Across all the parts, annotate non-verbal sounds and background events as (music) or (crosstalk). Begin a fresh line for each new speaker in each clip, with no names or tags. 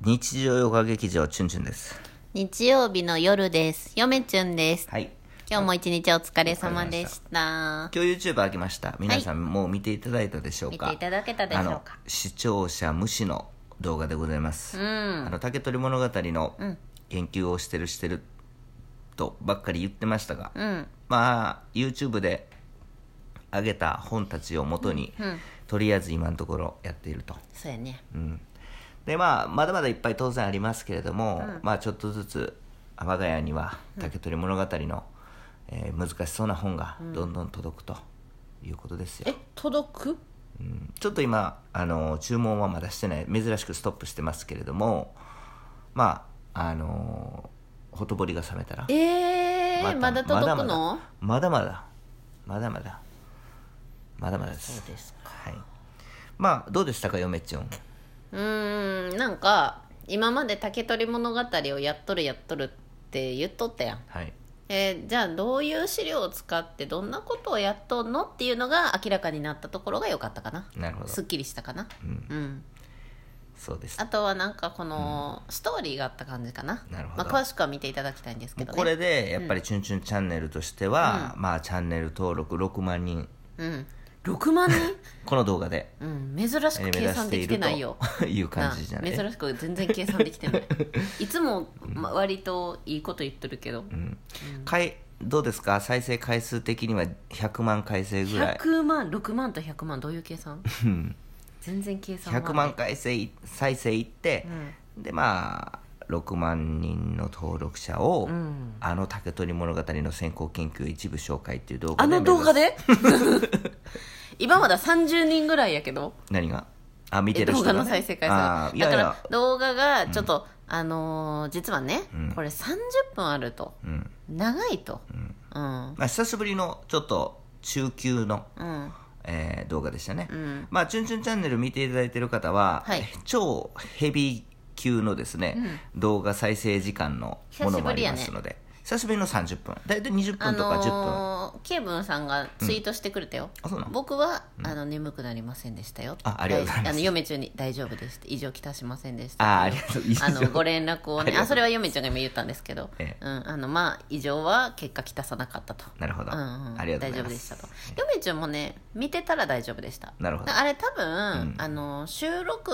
日常ヨガ劇場チュンチュンです
日曜日の夜です。よめちゅんです。
はい
今日も一日お疲れ様でした。
今日 YouTube 開きました皆さんもう見ていただいたでしょうか、
見ていただけたでしょうか
あの視聴者無視の動画でございます、あの竹取物語の研究をしてるしてるとばっかり言ってましたが、
うん。
まあ YouTube で上げた本たちを元に、とりあえず今のところやっていると
そうやね。
でまあまだまだいっぱい当然ありますけれども、まあちょっとずつ我が家には「竹取物語の」えー難しそうな本がどんどん届くということですよ、
え、届く
うんちょっと今あの注文はまだしてない珍しくストップしてますけれどもまああのほとぼりが冷めたら
えー、まだ
た
届くの
まだまだまだまだまだまだまだまだです
そうですか
はい、まあどうでしたか嫁ちゃん
うーん、なんか、今まで竹取物語をやっとるやっとるって言っとったやん。
はい
えーじゃあどういう資料を使ってどんなことをやっとんのっていうのが明らかになったところが良かったかな。
なるほど
すっきりしたかな。うん
そうです
あとはなんかこのストーリーがあった感じかな
なるほど
まあ、詳しくは見ていただきたいんですけどね
これでやっぱり「チュンチュンチャンネル」としては、まあチャンネル登録6万人
うん6万人
この動画で
(laughs) うん珍しく
目
計
指
算
して
で
い
きて
る
ないよ
という感じじゃない
な珍しく全然計算でき
(laughs)
てないいつも、まあ、割といいこと言ってるけど、
かいどうですか再生回数的には100万回生ぐらい
100万6万と100万どういう計算全然計算は
100万回生い再生いって、でまあ6万人の登録者を、あの竹取物語の先行研究一部紹介っていう動画
あ
で
の動画
目指す
で (laughs) 今まだ30人ぐらいやけど
何があ見て
え
る
動
人
画
がね、
の再生回
あー
数
いや
だ
い
か
や
ら動画がちょっと、あのー実はね、これ30分あると、
ん
長いとうん
まあ、久しぶりのちょっと中級の、
うん
えー動画でしたね、
ん
まあ「チュンチュンチャンネル」見ていただいてる方は、
はい
超ヘビー級のですね、動画再生時間のものもありますので久しぶり,、の30分大体20
あ
分とか10分、
のー、ケイブンさんがツイートしてくれたよ、
あそうなの
僕は、あの眠くなりませんでしたよ
あありがとうございます
あの嫁中に大丈夫ですって異常きたしませんでした
あーありがとう異常
あのご連絡を
あり
ね
がとう
あそれは嫁ちゃんが今言ったんですけど、
ええ
うん、あのまあ異常は結果きたさなかったと
なるほど、
うんうん、
ありがとうござい
大丈夫
ま
ですしたと嫁ちゃんもね見てたら大丈夫でした
なるほど
だからあれ多分、あの収録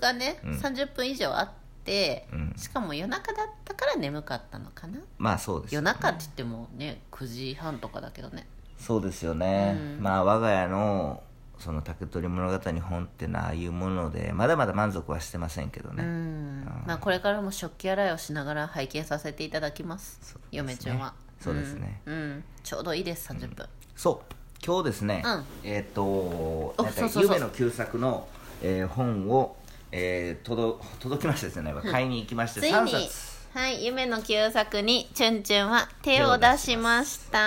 がね、30分以上あって、しかも夜中だったから眠かったのかな
まあそうです
夜中って言ってもね9時半とかだけどね
そうですよね、まあ我が家のその竹取物語本ってのはああいうものでまだまだ満足はしてませんけどね、
うんまあこれからも食器洗いをしながら拝見させていただきます嫁ちゃんは
そうですね、
うんちょうどいいです30分、
そう今日ですね、
うん
えっ、と
お
なん
そ
か
うそうそう
夢の旧作の、えー本を、えー、届届きましたですね買いに行きまして
つい
3
に
冊、
はい夢の旧作にチュンチュンは手を出しました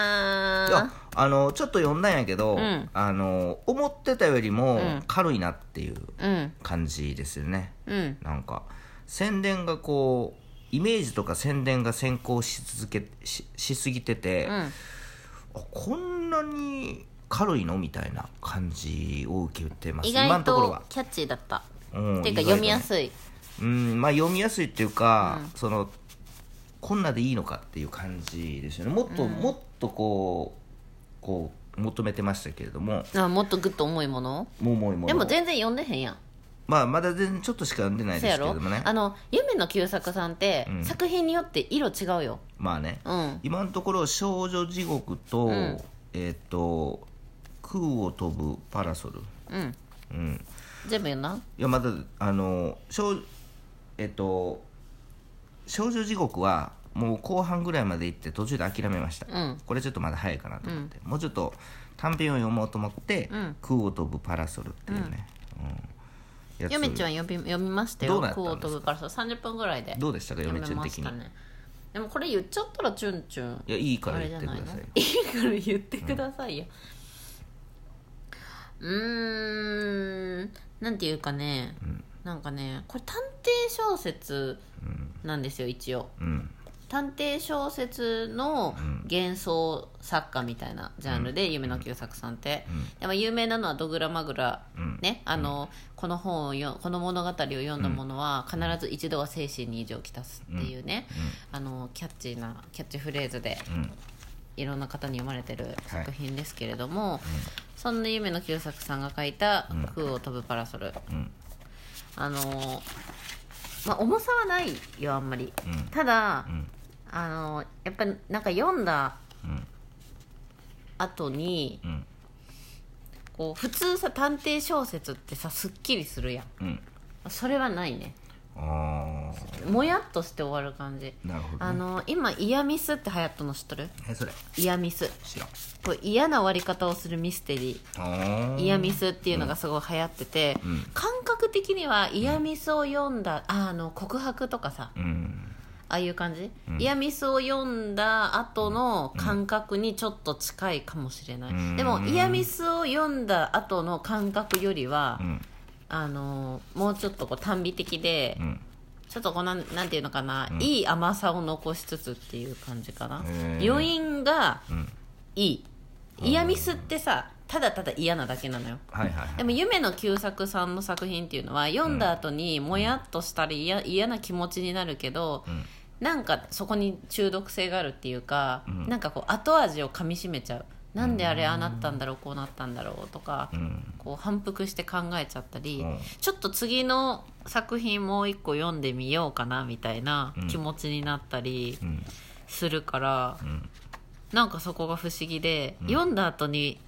いやあのちょっと読んだんやけど、
ん
あの思ってたよりも軽いなっていう
うん
感じですよね、
うん
なんか宣伝がこうイメージとか宣伝が先行し続けししすぎてて、
ん
あこんなに軽いのみたいな感じを受けてます
意
今
外
のところ
と
は
キャッチーだった
うん
っていうか
意外とね
読みやすい、
うんまあ読みやすいっていうか、そのこんなでいいのかっていう感じですよねもっと、もっとこうこう求めてましたけれども
あもっとグッと重いもの
もうもうもう
でも全然読んでへんやん
まあまだ全然ちょっとしか読んでない
そう
で
や
すけれ
ろ
どもね
あの夢の旧作さんって、
うん
作品によって色違うよ
まあね、
うん
今のところ「少女地獄と」
ん
えっ、と「空を飛ぶパラソル
うん」
うん
全部読んだ
いやまだあの少えっ、と「少女地獄」はもう後半ぐらいまで行って途中で諦めました、
うん
これちょっとまだ早いかなと思って、もうちょっと短編を読もうと思って「
ん
空を飛ぶパラソル」っていうね、うんやつ
ヨメちゃん読み読みました
ど
よ
うなったん
ク
ですか
オートブからそう30分ぐらいで
どうでしたかヨメちゃ
読
ん
めま
的
し
に、
たねでもこれ言っちゃったらチュンチュン
いやいいから
あれじ
言っ
ゃ
てく
ない
だ
の
さいよ
いいから言ってくださいようーんなんていうかね、なんかねこれ探偵小説なんですよ一応
うん
探探偵小説の
うん
幻想作家みたいなジャンルで、夢の久作さんって、でまあ有名なのは「ドグラマグラ」
うん
ねあのこの本をよこの物語を読んだ者は必ず一度は精神に異常をきたすっていうね、あのキャッチーなキャッチフレーズで
うん
いろんな方に読まれてる作品ですけれども、そんな夢の久作さんが書いた
ん
「空を飛ぶパラソル」
うん
あのーまあ重さはないよあんまり、
うん
ただ、
うん
あのーやっぱりなんか読んだ
うん
後に
うん
こう普通さ探偵小説ってさすっきりするやん
うん
それはないね
あ
もやっとして終わる感じ
あなるほど、ね、
あのー今イヤミスって流行ったの知っとる
えそれ
イヤミス
知らん
こう嫌な終わり方をするミステリー
あー
イヤミスっていうのがすごい流行ってて、
うん
感覚的にはイヤミスを読んだ、ああの告白とかさ、
うん
ああいう感じ、イヤミスを読んだ後の感覚にちょっと近いかもしれない、
うん
でもイヤミスを読んだ後の感覚よりは、
うん
あのーもうちょっとこう単美的で、
うん
ちょっとこうなんなんていうのかな、いい甘さを残しつつっていう感じかな
へー
余韻が
うん
いいイヤミスってさただただ嫌なだけなのよ
はいはいはい
でも夢の旧作さんの作品っていうのは読んだ後にもやっとしたり嫌嫌な気持ちになるけど、
ん
なんかそこに中毒性があるっていうか、なんかこう後味を噛みしめちゃうなんであれああなったんだろうこうなったんだろうとか、
うん
こう反復して考えちゃったり、
うん
ちょっと次の作品もう一個読んでみようかなみたいな気持ちになったり
うん
するから、
ん
なんかそこが不思議で、読んだ後に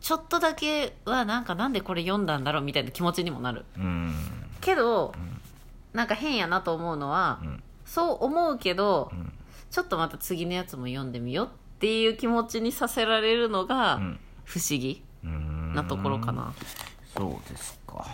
ちょっとだけはなんかなんでこれ読んだんだろうみたいな気持ちにもなる
うん
けど、なんか変やなと思うのは、
ん
そう思うけど、
ん
ちょっとまた次のやつも読んでみようっていう気持ちにさせられるのが
ん
不思議
うん
なところかな、
そうですか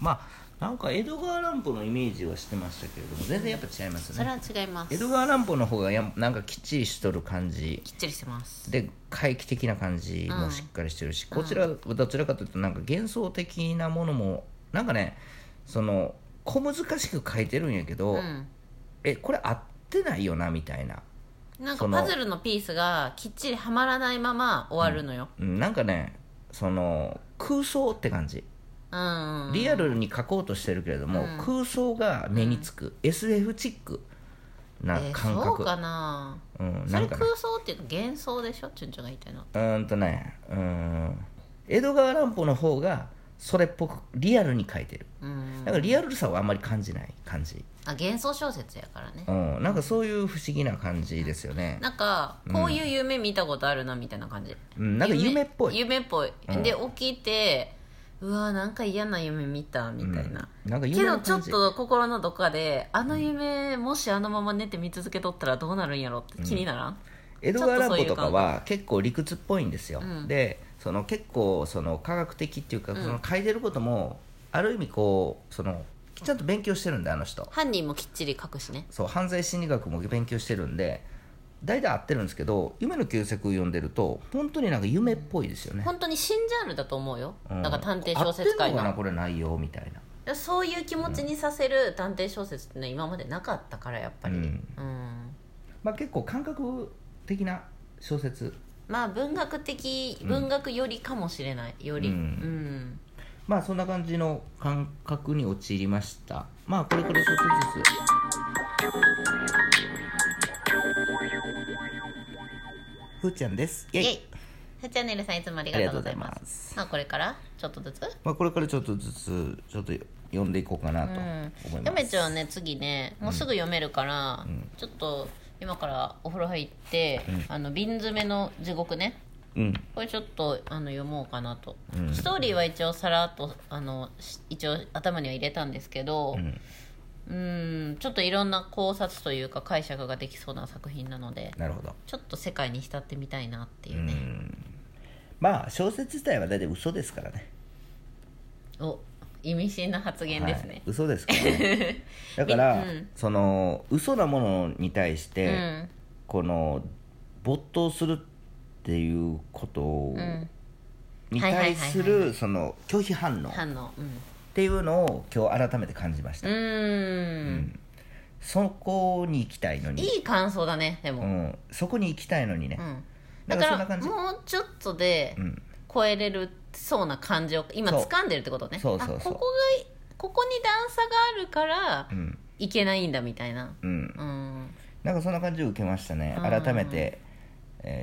まあなんか江戸川乱歩のイメージはしてましたけれども全然やっぱ違います
それ
ね
は違います
江戸川乱歩の方がやなんかきっちりしとる感じ
きっちりしてます
で怪奇的な感じもしっかりしてるし、こちらはどちらかというとなんか幻想的なものもなんかねその小難しく書いてるんやけど、
うん
えこれ合ってないよなみたいな
なんか
その
パズルのピースがきっちりはまらないまま終わるのよ、
うんなんかねその空想って感じ
うんうん、
リアルに書こうとしてるけれども、空想が目につく、SF チックな
えー
感
そ
覚、
うかな
うん、
そ
な
れ
んかね
空想っていうか幻想でしょチュンチュンが言いたいの
うーんとねうーん江戸川乱歩の方がそれっぽくリアルに書いてる
うん
だからリアルさはあんまり感じない感じ、
あ幻想小説やからね
うん、なんかそういう不思議な感じですよね
なんかこういう夢見たことあるなみたいな感じ、
うんなんか夢っぽい
夢っぽい、
うん
で起きてうわなんか嫌な夢見たみたいな、
うんなんか夢
けど
の
ちょ
感
っ
じ
と心のどっかであの夢もしあのまま寝て見続けとったらどうなるんやろって気にならん、
江戸川乱歩とかは結構理屈っぽいんですよ、
うん
でその結構その科学的っていうかその書いてることもある意味こうそのちゃんと勉強してるんであの人
犯人もきっちり書くしね
そう犯罪心理学も勉強してるんで大体合ってるんですけど夢の旧作読んでると本当になんか夢っぽいですよね、
本当に新ジャンルだと思うよ、
う
なんか探偵小説界
合ってんのかな
の
これ内容みたいな
そういう気持ちにさせる探偵小説ってね今までなかったからやっぱり、う
うんんまあ結構感覚的な小説
まあ文学的文学よりかもしれないより、う
うんんまあそんな感じの感覚に陥りましたまあこれからちょっとずつふーちゃんですイ
イ
ェイ
エイさチャンネルさんいつもありがとうございます
ありがとうございます
まあこれからちょっとずつ
まあこれからちょっとずつちょっと読んでいこうかなと思いま
やめ
す、
ちゃんはね次ねもうすぐ読めるから、ちょっと今からお風呂入って、あの瓶詰めの地獄ね
うん
これちょっとあの読もうかなと、ストーリーは一応さらっとあのし一応頭には入れたんですけど
ん
うーんちょっといろんな考察というか解釈ができそうな作品なので
なるほど
ちょっと世界に浸ってみたいなっていうね、
まあ小説自体は大体嘘ですからね
お意味深な発言です
はい
ね、、
嘘ですから
(laughs)
ねだから、その嘘なものに対して、
うん
この没頭するっていうことに
はいはいはい
対
はい
するその拒否反応っ
反応うん
ていうのを今日改めて感じまし
う
た、
ーん
そこに行きたいのに
いい感想だねで
う
も、
ん、そこに行きたいのにね
う、ん、
な
だ
んかそ
か
ん
ら
な感じ
もうちょっとで
うん
超えれるそうな感じを今
そう
掴んでるってことね
そうそうそう
あここがここに段差があるから
うん
いけないんだみたいな
うん
うん
なんかそんな感じを受けましたね改めて、えー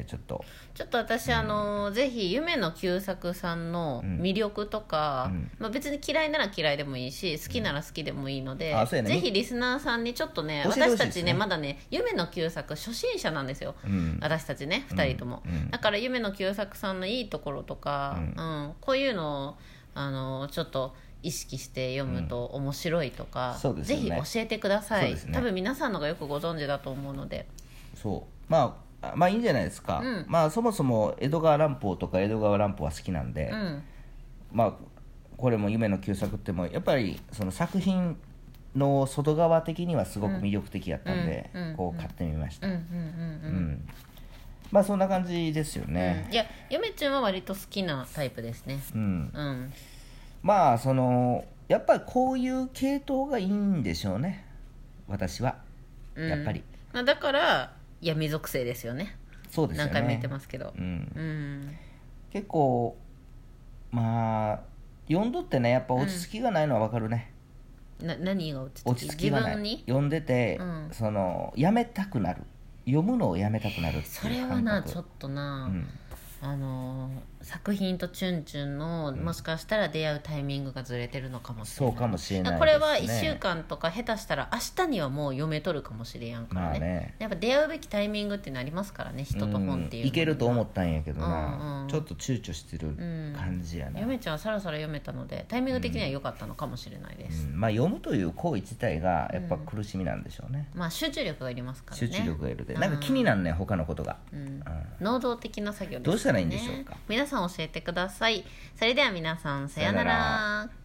ちょっと
ちょっと私、あのぜひ夢の久作さんの魅力とか、
うん
まあ、別に嫌いなら嫌いでもいいし好きなら好きでもいいので、
うんあそうやね
ぜひリスナーさんにちょっとね
教えてほしいで
私
すね
たちねまだね夢の久作初心者なんですよ、
うん
私たちね2人とも、
うんうん
だから夢の久作さんのいいところとか、
う
うんこういうのをあのちょっと意識して読むと面白いとか、
そうです
ぜ
よね
ひ教えてくださ
そう
い、
ですね
多分皆さんのがよくご存知だと思うので
そうまああまあいいんじゃないですか、
うん
まあそもそも江戸川乱歩とか江戸川乱歩は好きなんで、
うん
まあこれも夢の旧作ってもやっぱりその作品の外側的にはすごく魅力的やったんで、
うんうん
こう買ってみました
うんうんうんうん
うんまあそんな感じですよね
いやゆめちゃんは割と好きなタイプですね
うん、
うん
まあそのやっぱりこういう系統がいいんでしょうね私は
うん
やっぱり
まあ、だから闇属性ですよね
そうですよね
何回も言ってますけど
うん、
うん
結構まあ読んどってねやっぱ落ち着きがないのはわかるね、
な何が落ち着き
落ち着きが
自
な
分
い
に
読んでて、
うん
そのやめたくなる読むのをやめたくなるっていう
それはな
感覚
ちょっとな、
うん
あのー作品とチュンチュンのもしかしたら出会うタイミングがずれてるのかもしれ
そ
な
う
い
かもしれない、ね、
だからこれは1週間とか下手したら明日にはもう読めとるかもしれやんから
まあ
ね,、
ね
やっぱ出会うべきタイミングっていうのありますからね人と本っていうのはね、
んいけると思ったんやけど
うん
な、
うん
ちょっと躊躇してる感じやな、
ゆ
うん
めちゃんはさらさら読めたのでタイミング的には良かったのかもしれないです、
まあ、読むという行為自体がやっぱ苦しみなんでしょうね、
まあ集中力がいりますからね
集中力がいるで、なんか気になんねん他のことが、
うん
うん
能動的な作業です、ね、
どうしたらいいんでしょうか
皆さん教えてくださいそれでは皆さんさような
さような
ら